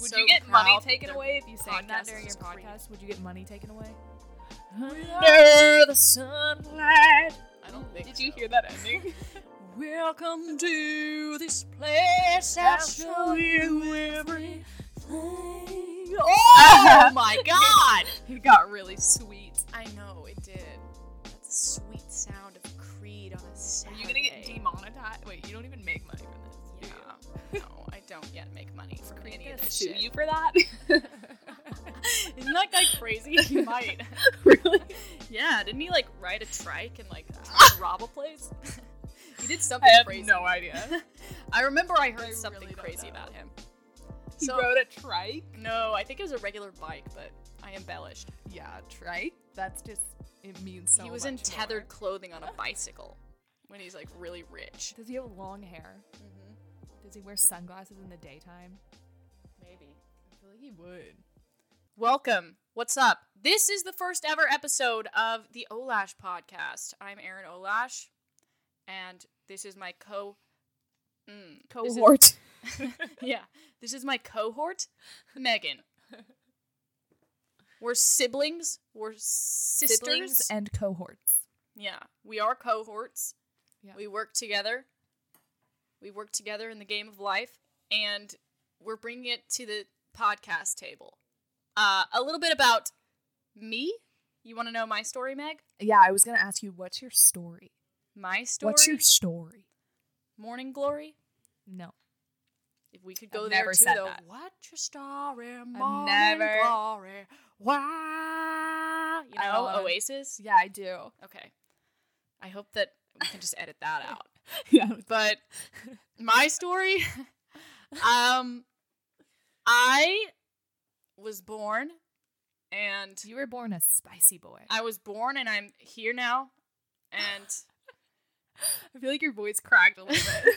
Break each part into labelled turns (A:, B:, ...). A: Would
B: so
A: you get money
B: proud
A: taken
B: their
A: away if you sang that
B: podcast
A: during your
B: is creep.
A: podcast? Would you get money taken away?
B: Under the sunlight. I don't think
A: Did you
B: so.
A: hear that ending?
B: Welcome to this place. I'll show you everything. Oh my god!
A: it got really sweet.
B: I know it did. That's a sweet sound of Creed on a
A: Are
B: Saturday.
A: you gonna get demonetized? Wait, you don't even make money from this. do
B: Yeah.
A: you?
B: no, I don't yet make money from any
A: gonna
B: of this
A: sue
B: shit.
A: you for that?
B: Isn't that guy crazy? He might.
A: really?
B: Yeah, didn't he like ride a trike and like rob a place? he did
A: I
B: something
A: have
B: crazy.
A: no idea.
B: I remember I heard
A: I
B: something
A: really don't
B: crazy
A: know.
B: about him.
A: He
B: So-
A: rode a trike.
B: No, I think it was a regular bike, but I embellished.
A: Yeah, trike. That's just it means so.
B: he was in
A: much
B: tethered
A: more.
B: clothing on a bicycle when he's like really rich.
A: Does he have long hair? Mm-hmm. Does he wear sunglasses in the daytime?
B: Maybe.
A: I feel like he would.
B: Welcome. What's up? This is the first ever episode of the Olash podcast. I'm Aaron Olash, and this is my co. Mm, this is-
A: Cohort.
B: yeah, this is my cohort, Megan. We're siblings. We're sisters.
A: Siblings and cohorts.
B: yeah, we are cohorts.
A: Yeah.
B: We work together. We work together in the game of life, and we're bringing it to the podcast table. Uh, a little bit about me. You want to know my story, Meg?
A: Yeah, I was gonna ask you, what's your story?
B: My story.
A: What's your story?
B: morning glory?
A: No.
B: If we could
A: I've
B: go there
A: never
B: too,
A: said
B: though.
A: that.
B: What's your story, morning
A: never-
B: glory? Why? You
A: I
B: know,
A: love-
B: Oasis.
A: Yeah, I do.
B: Okay, I hope that we can just edit that out.
A: Yeah.
B: But my story, um, I was born, and
A: You were born a spicy boy.
B: I was born, and I'm here now, and
A: I feel like your voice cracked a little bit.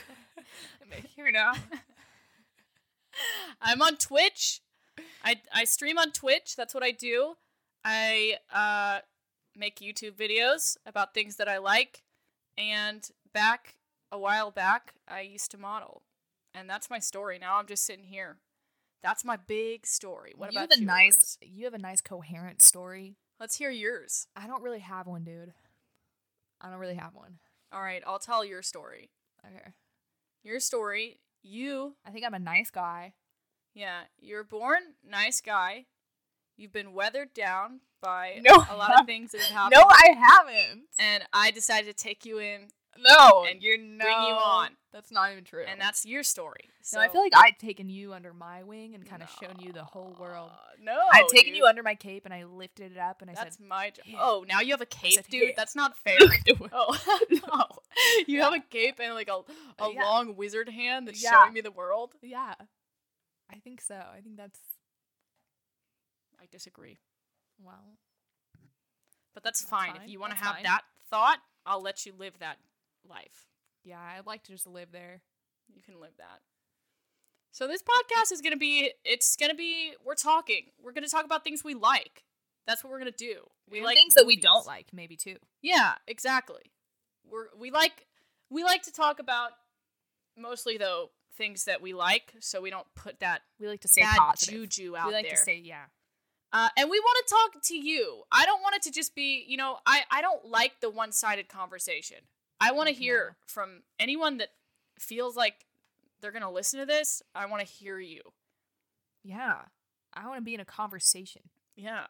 A: I'm here now.
B: I'm on Twitch. I I stream on Twitch. That's what I do. I uh, make YouTube videos about things that I like. And back a while back, I used to model, and that's my story. Now I'm just sitting here. That's my big story. What
A: you
B: about
A: have a
B: yours?
A: nice you have a nice coherent story.
B: Let's hear yours.
A: I don't really have one, dude. I don't really have one.
B: All right, I'll tell your story.
A: Okay.
B: Your story. You
A: I think I'm a nice guy.
B: Yeah, you're born nice guy. You've been weathered down by
A: No,
B: a
A: I
B: lot of
A: haven't.
B: things that have happened.
A: No, I haven't.
B: and I decided to take you in,
A: No.
B: And
A: you're no.
B: you on.
A: That's not even true.
B: and that's your story. So
A: no, I feel like I've taken you under my wing and kind of shown you the whole world.
B: Uh, No,
A: I've taken
B: dude.
A: you under my cape and I lifted it up and I
B: That's
A: said,
B: my job.
A: "Here."
B: Oh, now you have a cape,
A: said,
B: dude.
A: "Here."
B: That's not fair. oh no, you have a cape and like a a
A: Yeah.
B: long wizard hand that's
A: Yeah.
B: showing me the world.
A: "Yeah, I think so. I think that's
B: I disagree,
A: well,
B: but that's,
A: That's
B: fine.
A: fine.
B: If you want to
A: That's
B: have
A: fine.
B: that thought, I'll let you live that life.
A: yeah. I'd like to just live there.
B: you can live that. So this podcast is gonna be it's gonna be we're talking. We're gonna talk about things we like. That's what we're gonna do. We
A: And
B: like
A: things that we
B: movies.
A: don't like, maybe too.
B: Yeah, exactly. We're we like we like to talk about mostly though things that we like, so we don't put that
A: We like to stay
B: bad
A: positive.
B: juju out
A: we like
B: there.
A: to say yeah.
B: Uh, and we want to talk to you. I don't want it to just be, you know, I, I don't like the one sided conversation. I want to hear from anyone that feels like they're going to listen to this. I want to hear you.
A: Yeah. I want to be in a conversation.
B: Yeah.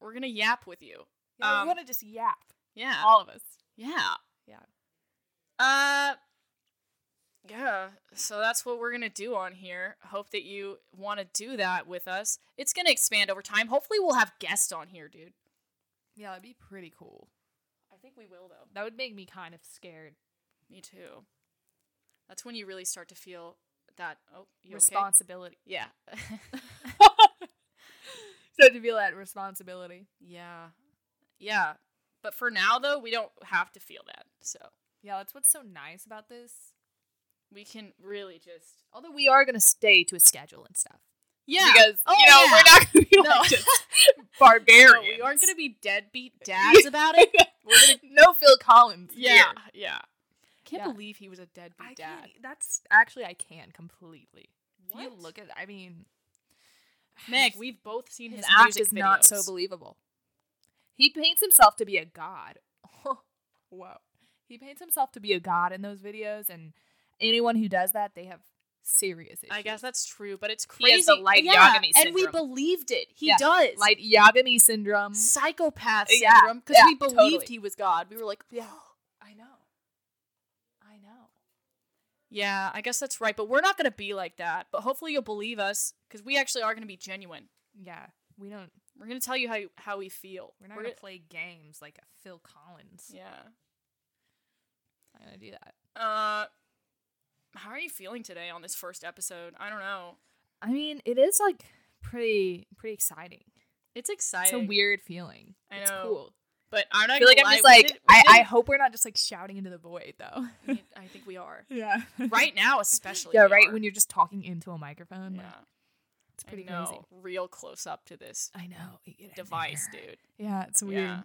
B: We're going to yap with you.
A: Yeah,
B: Um, uh
A: we want to just yap.
B: Yeah.
A: All of us.
B: Yeah.
A: Yeah.
B: Uh, yeah. So that's what we're gonna do on here. Hope that you want to do that with us. It's gonna expand over time. Hopefully, we'll have guests on here, dude.
A: Yeah, that'd be pretty cool.
B: I think we will though.
A: That would make me kind of scared.
B: Me too. That's when you really start to feel that. Oh, you okay?
A: responsibility.
B: Yeah.
A: so to feel that responsibility.
B: yeah. Yeah. But for now, though, we don't have to feel that. So
A: Yeah, that's what's so nice about this.
B: we can really just.
A: Although we are gonna stay to a schedule and stuff.
B: Yeah.
A: Because
B: Oh,
A: you know,
B: yeah.
A: we're not gonna be
B: No.
A: like just
B: No,
A: barbarians.
B: we aren't going to be deadbeat dads about it. We're going to.
A: No Phil Collins.
B: Yeah. Yeah. Can't
A: Yeah.
B: believe he was a deadbeat
A: I
B: dad.
A: can't, that's actually I can completely. If you
B: What?
A: look at I mean
B: Meg, we've both seen his,
A: his act
B: music
A: is not so
B: videos.
A: believable. He paints himself to be a god. Whoa. He paints himself to be a god in those videos, and anyone who does that, they have serious issues.
B: I guess that's true, but it's crazy.
A: He has the light Yagami
B: and we
A: syndrome.
B: believed it. He
A: Yeah,
B: does.
A: like Yagami syndrome.
B: psychopath
A: Yeah,
B: syndrome because
A: yeah,
B: we believed
A: totally.
B: he was God. We were like, yeah,
A: I know. I know.
B: yeah, I guess that's right. But we're not gonna be like that. But hopefully you'll believe us because we actually are gonna be genuine.
A: Yeah, we don't.
B: We're gonna tell you how how we feel.
A: We're not gonna play games like a Phil Collins.
B: yeah.
A: I'm gonna do that.
B: Uh, how are you feeling today on this first episode? I don't know.
A: I mean, it is like pretty, pretty exciting.
B: It's
A: It's
B: exciting.
A: a weird feeling.
B: I
A: It's
B: know.
A: cool.
B: But I'm not.
A: I feel like
B: gonna
A: I'm just
B: lie, we
A: like
B: did- we
A: I, I
B: did-
A: hope we're not just like shouting into the void though.
B: I think we are
A: Yeah.
B: right now, especially.
A: Yeah,
B: we
A: right.
B: are.
A: When you're just talking into a microphone,
B: yeah,
A: like, it's
B: I
A: pretty
B: know.
A: crazy.
B: Real close up to this
A: I know. you get in
B: device,
A: there.
B: dude.
A: Yeah, it's weird.
B: Yeah.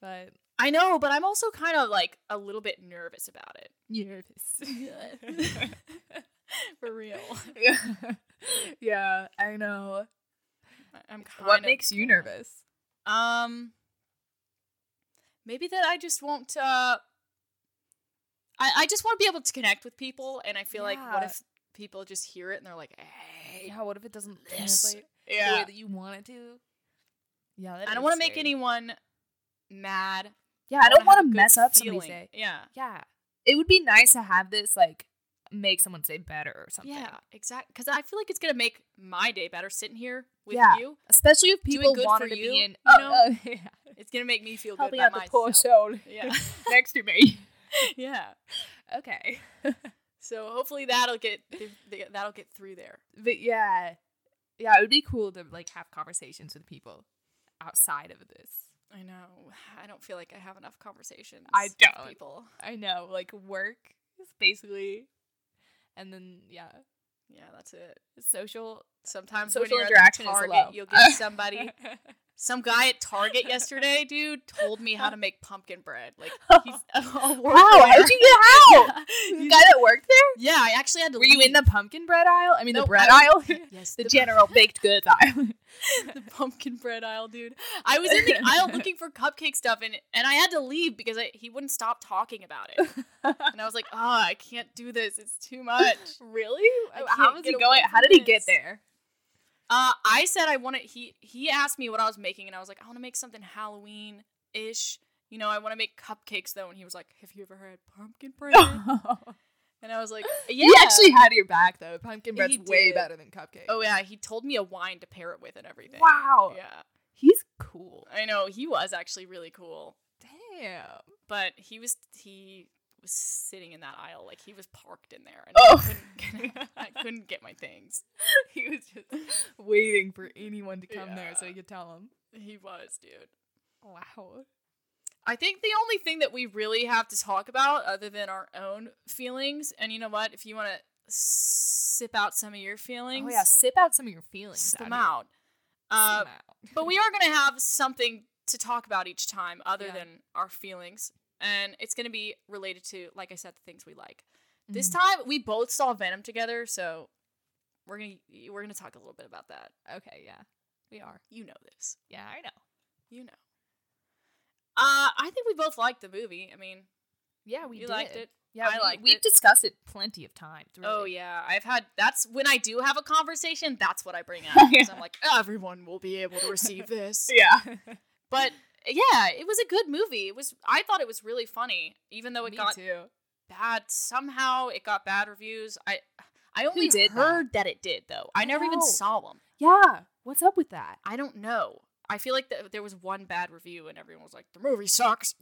A: But
B: I know, but I'm also kind of like a little bit nervous about it.
A: nervous.
B: For real.
A: yeah, I know.
B: I'm kind
A: What
B: of-
A: makes you
B: yeah.
A: nervous?
B: Um maybe that I just won't uh I, I just want to be able to connect with people and I feel like what
A: Yeah.
B: if people just hear it and they're like, "Hey."
A: Yeah, what if it doesn't
B: This-
A: translate the way that you want it to? Yeah, that
B: I don't
A: want to
B: make anyone mad.
A: Yeah, I don't
B: wanna have a
A: want to
B: good
A: mess up somebody's
B: feeling.
A: day.
B: Yeah.
A: Yeah, it would be nice to have this like make someone's day better or something.
B: Yeah, exactly. Cuz I feel like it's going to make my day better sitting here with
A: Yeah.
B: you.
A: especially if
B: Doing
A: people
B: good
A: wanted
B: for
A: to
B: you,
A: be in.
B: you
A: oh,
B: know?
A: oh, yeah.
B: It's going to make me feel
A: helping
B: good
A: out
B: about
A: the poor
B: myself.
A: soul
B: Yeah.
A: next to me.
B: yeah.
A: Okay,
B: So hopefully that'll get that'll get through there.
A: but yeah, yeah, it would be cool to like have conversations with people outside of this.
B: I know. I don't feel like I have enough conversations.
A: I
B: with
A: don't.
B: people.
A: I know, like work is basically, and then yeah,
B: Yeah, that's it.
A: social
B: Sometimes
A: Social
B: when you're
A: interaction
B: at
A: is
B: Target,
A: low.
B: you'll get somebody. Some guy at Target yesterday, dude, told me how to make pumpkin bread. Like he's a worker.
A: you
B: You-
A: that worked there?
B: yeah, I actually had to.
A: Were you in
B: leave.
A: the pumpkin bread aisle? I mean,
B: Nope,
A: the bread
B: I
A: aisle,
B: yes
A: the
B: the,
A: general baked goods aisle.
B: the pumpkin bread aisle, dude? I was in the aisle looking for cupcake stuff, and and I had to leave because I, he wouldn't stop talking about it. And I was like, oh, I can't do this. It's too much.
A: really?
B: I
A: How
B: can't
A: was
B: get
A: he
B: away
A: going? How
B: from
A: did he get
B: this.
A: there?
B: Uh, I said I wanted. He he asked me what I was making, and I was like, I want to make something Halloween ish. You know, I want to make cupcakes though. And he was like, Have you ever had pumpkin bread? and I was like, Yeah.
A: He actually had your back though. Pumpkin bread's
B: He
A: way
B: did.
A: better than cupcake.
B: Oh yeah, he told me a wine to pair it with and everything.
A: wow,
B: Yeah,
A: he's cool.
B: I know he was actually really cool,
A: Damn.
B: but he was he was sitting in that aisle like he was parked in there, and
A: Oh.
B: I, couldn't, I couldn't get my things.
A: he was just waiting for anyone to come there so
B: Yeah.
A: he could tell him.
B: He was, dude.
A: Wow.
B: I think the only thing that we really have to talk about, other than our own feelings, and you know what, if you want to sip out some of your feelings,
A: Oh yeah, sip out some of your feelings.
B: sip them
A: out
B: out.
A: of you.
B: Uh,
A: Sip 'em out.
B: but we are going to have something to talk about each time, other
A: Yeah.
B: than our feelings, and it's going to be related to, like I said, the things we like. This
A: Mhm.
B: time, we both saw Venom together, so we're gonna we're gonna talk a little bit about that.
A: Mm-hmm. Okay, yeah, we are.
B: You know this,
A: Yeah, I know.
B: you know. Uh, I think we both liked the movie. I mean,
A: Yeah, we
B: you liked
A: did.
B: it.
A: Yeah,
B: I
A: we,
B: liked
A: We've
B: it.
A: discussed it plenty of times. Really.
B: Oh yeah, I've had that's when I do have a conversation. That's what I bring up. 'cause I'm like, everyone will be able to receive this.
A: yeah.
B: But yeah, it was a good movie. It was. I thought it was really funny, even though it
A: Me
B: got
A: too.
B: bad. Somehow it got bad reviews. I I only
A: did that?
B: heard that? it did though. I, never even
A: know.
B: saw them.
A: Yeah. What's up with that?
B: I don't know. I feel like th- there was one bad review and everyone was like, the movie sucks.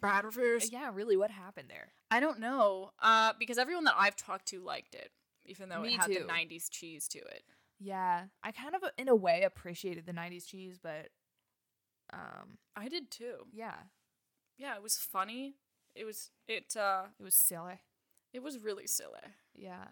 B: Bad reviews.
A: yeah, really, what happened there?
B: I don't know. Uh, because everyone that I've talked to liked it, even though
A: Me
B: it had
A: too.
B: the '90s cheese to it.
A: Yeah, I kind of, uh, in a way, appreciated the '90s cheese, but, um,
B: I did too.
A: yeah,
B: yeah, it was funny. It was it uh
A: it was silly.
B: it was really silly.
A: Yeah,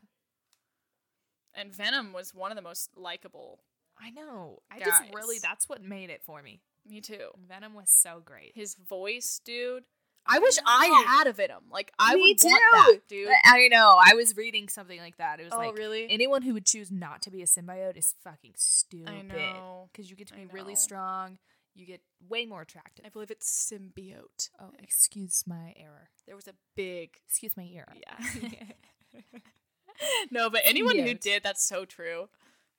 B: And Venom was one of the most likable.
A: I know. I just really
B: Guys.
A: that's what made it for me.
B: Me too.
A: Venom was so great.
B: His voice, dude. Oh. I wish I
A: No.
B: had a Venom. Like I
A: Me
B: would want that, dude.
A: I know. I was reading something like that. It was
B: Oh,
A: like
B: really?
A: anyone who would choose not to be a symbiote is fucking stupid.
B: I know.
A: Because you get to
B: I
A: be really
B: know.
A: strong. You get way more attractive.
B: I believe it's symbiote.
A: oh,
B: Like,
A: excuse my error.
B: there was a big
A: Excuse my ear.
B: Yeah. no, but anyone who
A: Symbiote.
B: did that's so true.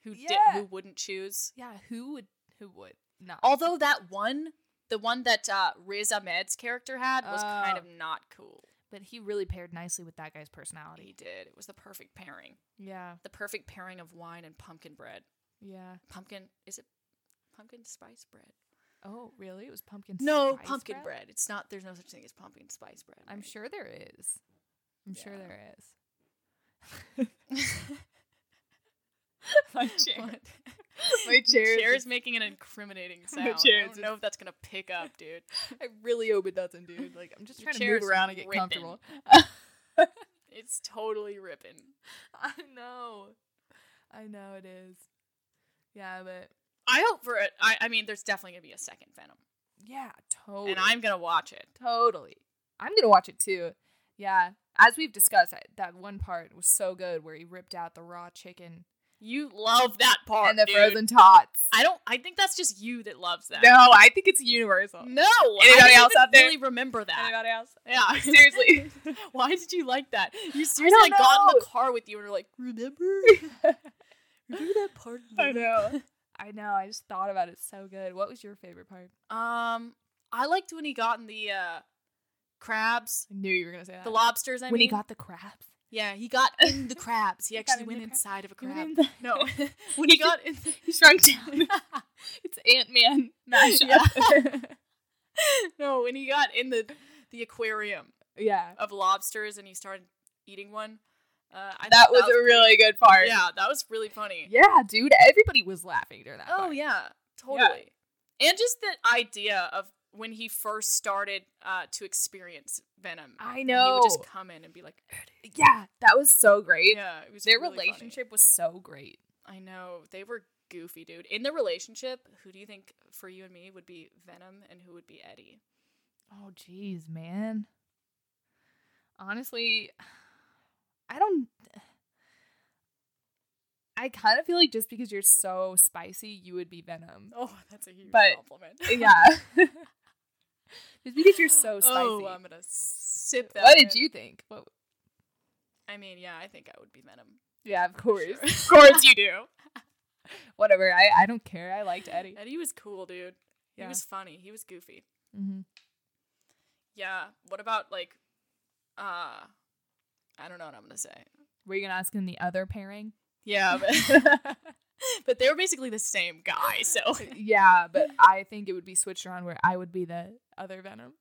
B: Who did
A: Yeah.
B: who wouldn't choose?
A: yeah. Who would? Who would not?
B: Although that one, the one that uh, Riz Ahmed's character had was kind
A: Oh.
B: of not cool.
A: but he really paired nicely with that guy's personality.
B: He did. It was the perfect pairing.
A: Yeah.
B: The perfect pairing of wine and pumpkin bread.
A: Yeah.
B: Pumpkin is it pumpkin spice bread?
A: Oh, really? It was pumpkin.
B: No,
A: spice
B: pumpkin bread? It's not there's no such thing as pumpkin spice bread.
A: I'm sure there is. I'm sure
B: Yeah.
A: there is.
B: sure
A: My
B: What?
A: My chair is
B: chair
A: just-
B: is making an incriminating
A: My
B: sound. I
A: chair is
B: don't know if that's gonna pick up, dude.
A: I really hope it doesn't, dude. Like I'm just
B: Your
A: trying to
B: chair
A: move
B: is
A: around and get
B: ripping.
A: comfortable.
B: It's totally ripping.
A: I know. I know it is. Yeah, but
B: I hope for it. I, I mean, there's definitely gonna be a second Venom,
A: yeah, totally.
B: and I'm gonna watch it.
A: totally. I'm gonna watch it too. Yeah, as we've discussed, I, that one part was so good where he ripped out the raw chicken
B: You love that part,
A: and the
B: Oh, dude.
A: frozen tots.
B: I don't. I think that's just you that loves that.
A: no, I think it's universal.
B: no.
A: Anybody
B: I didn't
A: else
B: even
A: out there?
B: Really remember that?
A: Anybody else?
B: Yeah.
A: Seriously.
B: Why did you like that? You seriously
A: don't
B: like, got in
A: know.
B: the car with you and were like, remember? remember that part?
A: I know. I know. I just thought about it so good. What was your favorite part?
B: Um, I liked when he got in the uh, crabs,
A: I knew you were gonna say that.
B: the lobsters. I
A: when he
B: mean.
A: got the crabs.
B: yeah, he got in the crabs. He
A: He got
B: actually went
A: in the crab-
B: inside of a
A: You
B: crab.
A: mean the-
B: No, when he got in,
A: He shrunk down. it's Ant Man
B: Yeah. no, when he got in the the aquarium
A: yeah.
B: of lobsters and he started eating one. Uh, I
A: That
B: thought
A: was a really good part.
B: yeah, that was really funny.
A: Yeah, dude. Everybody was laughing during that.
B: Oh
A: part.
B: yeah, totally. And just the idea of when he first started uh, to experience venom.
A: I
B: And He would
A: know.
B: just come in and be like,
A: Yeah, that was so great.
B: yeah, it was
A: Their
B: really funny.
A: relationship was so great.
B: I know they were goofy, dude. In the relationship, who do you think for you and me would be Venom and who would be Eddie?
A: Oh jeez, man. Honestly, I don't I kind of feel like just because you're so spicy, you would be venom.
B: Oh, that's a huge
A: But- uh,
B: compliment.
A: Yeah. just because you're so spicy.
B: Oh, I'm gonna sip that.
A: what did
B: in.
A: you think? What
B: I mean, yeah, I think I would be Venom.
A: Yeah, of
B: for
A: course.
B: sure.
A: Of course you do. Whatever. I, I don't care. I liked Eddie.
B: Eddie was cool, dude.
A: Yeah.
B: He was funny. He was goofy.
A: Mm-hmm.
B: Yeah. What about like, uh, I don't know what I'm gonna say.
A: Were you going to ask him the other pairing?
B: Yeah, but, but they were basically the same guy. So
A: yeah, but I think it would be switched around where I would be the other Venom.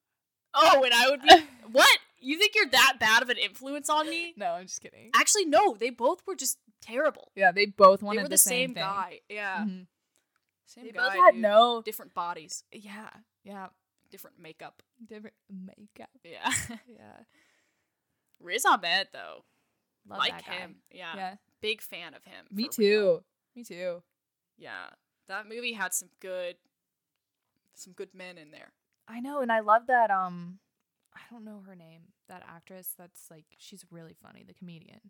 B: oh, and I would be what? You think you're that bad of an influence on me?
A: No, I'm just kidding.
B: Actually, no. They both were just terrible.
A: Yeah, they both
B: They
A: wanted
B: were the, same,
A: same, thing.
B: guy. Yeah,
A: Mhm.
B: same
A: They
B: guy.
A: both had
B: dude.
A: no.
B: different bodies,
A: Yeah, yeah,
B: different makeup.
A: different makeup.
B: Yeah,
A: Yeah,
B: Riz Ahmed though,
A: love
B: like
A: that guy.
B: him. Yeah.
A: Yeah,
B: big fan of him.
A: me
B: for real.
A: too. Me too.
B: Yeah, that movie had some good, some good men in there.
A: I know, and I love that. Um, I don't know her name. That actress. That's like she's really funny. The comedian.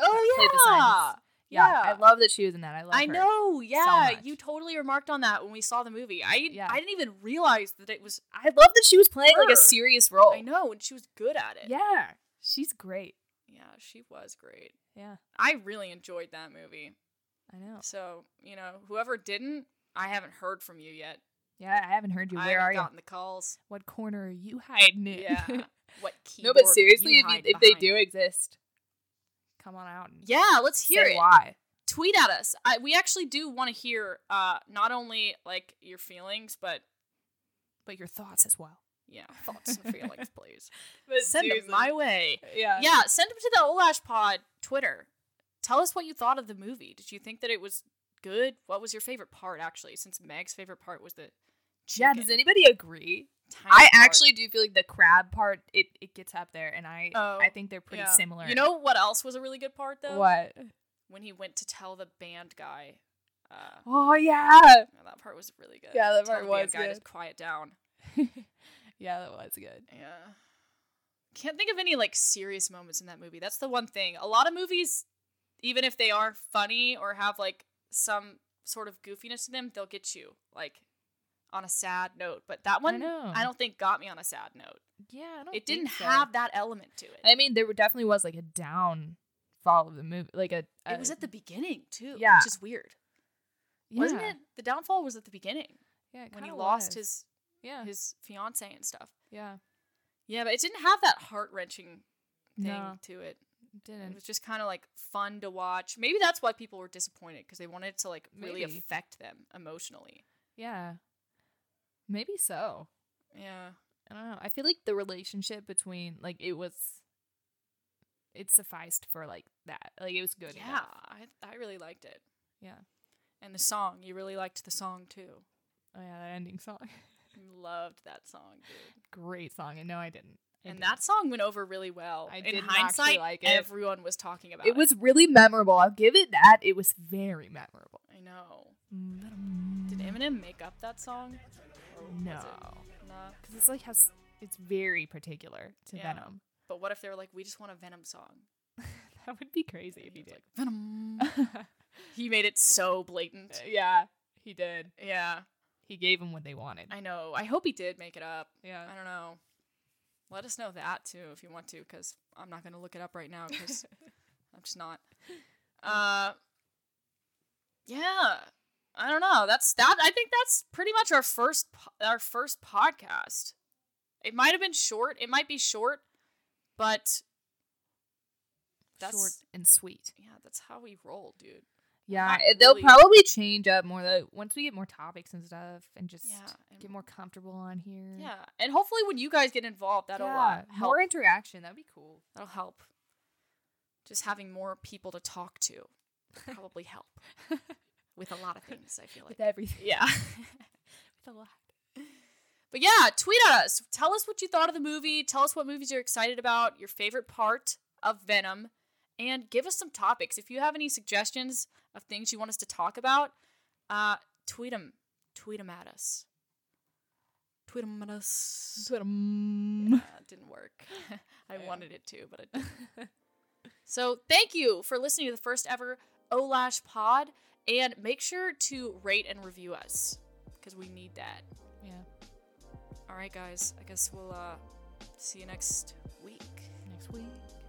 B: Oh
A: Played the scientist. Yeah,
B: Yeah.
A: I love that she was in that. I love.
B: I
A: her.
B: know. Yeah,
A: much.
B: you totally remarked on that when we saw the movie. I
A: Yeah.
B: I didn't even realize that it was.
A: I love that she was playing like
B: her.
A: a serious role.
B: I know, and she was good at it.
A: Oh. Yeah, she's great.
B: yeah, she was great.
A: Yeah,
B: I really enjoyed that movie.
A: I know.
B: So you know, whoever didn't, I haven't heard from you yet.
A: Yeah, I haven't heard you.
B: I
A: Where
B: haven't
A: are you?
B: gotten the calls.
A: What corner are you hiding in?
B: Yeah. what key?
A: no, but seriously, if, you, if they do exist, come on out and
B: yeah, let's hear
A: say
B: it.
A: why.
B: Tweet at us. I, we actually do want to hear uh, not only like your feelings, but
A: But your thoughts as well.
B: yeah, thoughts and feelings, please.
A: But
B: Send them my way.
A: yeah.
B: Yeah, send them to the Olash Pod Twitter. Tell us what you thought of the movie. Did you think that it was good? What was your favorite part, actually? Since Meg's favorite part was the
A: Yeah,
B: chicken,
A: does anybody agree?
B: tiny
A: I
B: part.
A: actually do feel like the crab part it, it gets up there, and I
B: Oh,
A: I think they're pretty
B: Yeah.
A: similar.
B: You know what else was a really good part though?
A: what?
B: When he went to tell the band guy. Uh,
A: Oh yeah,
B: Yeah, that part was really good.
A: Yeah, that
B: Tell
A: part
B: the band
A: was
B: guy to
A: good.
B: quiet down.
A: yeah, that was good.
B: Yeah. can't think of any like serious moments in that movie. That's the one thing. A lot of movies, even if they are funny or have like some sort of goofiness to them, they'll get you like on a sad note. But that one, I,
A: know.
B: don't think got me on a sad note.
A: Yeah, I don't
B: It didn't
A: think so.
B: have that element to it.
A: I mean, there were- definitely was like a downfall of the movie, like a. a
B: it was at the beginning too.
A: yeah.
B: which is weird, wasn't
A: yeah.
B: it? The downfall was at the beginning
A: Yeah, it
B: when he
A: kinda
B: lost
A: was.
B: his
A: Yeah,
B: his fiance and stuff.
A: yeah.
B: Yeah, but it didn't have that heart wrenching thing
A: No,
B: to it.
A: it
B: It
A: didn't.
B: was just kind of like fun to watch. Maybe that's why people were disappointed because they wanted it to like really
A: Maybe.
B: affect them emotionally.
A: Yeah, maybe so.
B: Yeah.
A: I don't know. I feel like the relationship between like it was, it sufficed for like that. Like it was good.
B: yeah,
A: enough.
B: I I really liked it.
A: Yeah.
B: And the song, you really liked the song too.
A: Oh yeah, that ending song.
B: You loved that song, dude.
A: Great song. And no, I didn't. I
B: And
A: didn't.
B: that song went over really well.
A: I
B: In
A: did actually
B: hindsight,
A: like it.
B: everyone was talking about it.
A: it was really memorable. I'll give it that. It was very memorable.
B: I know. Did
A: Did
B: Eminem make up that song? Or was
A: No,
B: it not?
A: because it's like has it's very particular to
B: Yeah.
A: Venom.
B: But what if they were like, we just want a Venom song?
A: that would be crazy
B: And
A: if
B: he
A: he
B: was
A: did.
B: like,
A: Uh,
B: Venom. he made it so blatant.
A: yeah, he did.
B: Yeah.
A: He gave them what they wanted.
B: I know. I hope he did make it up.
A: yeah.
B: I don't know. Let us know that too if you want to, because I'm not going to look it up right now because I'm just not. Uh, yeah, I don't know. That's that. I think that's pretty much our first po- our first podcast. It might have been short. It might be short, but that's
A: Short and sweet.
B: yeah, that's how we roll, dude.
A: Yeah,
B: not
A: it- they'll
B: really-
A: probably change up more though once we get more topics and stuff, and just
B: Yeah, and-
A: get more comfortable on here.
B: Yeah, and hopefully when you guys get involved, that'll uh,
A: Yeah,
B: help.
A: more interaction. That'd be cool.
B: That'll help. Just having more people to talk to probably help with a lot of things, I feel like.
A: With everything.
B: Yeah.
A: With a lot.
B: But yeah, tweet at us. Tell us what you thought of the movie. Tell us what movies you're excited about, your favorite part of Venom, and give us some topics. If you have any suggestions of things you want us to talk about, uh, tweet them. Tweet them at us. Tweet them at us. Yeah, it Uh, didn't work. I
A: Yeah.
B: wanted it to, but it didn't. so thank you for listening to the first ever Olash Pod, and make sure to rate and review us because we need that.
A: yeah.
B: All right, guys. I guess we'll uh, see you next week.
A: Next week.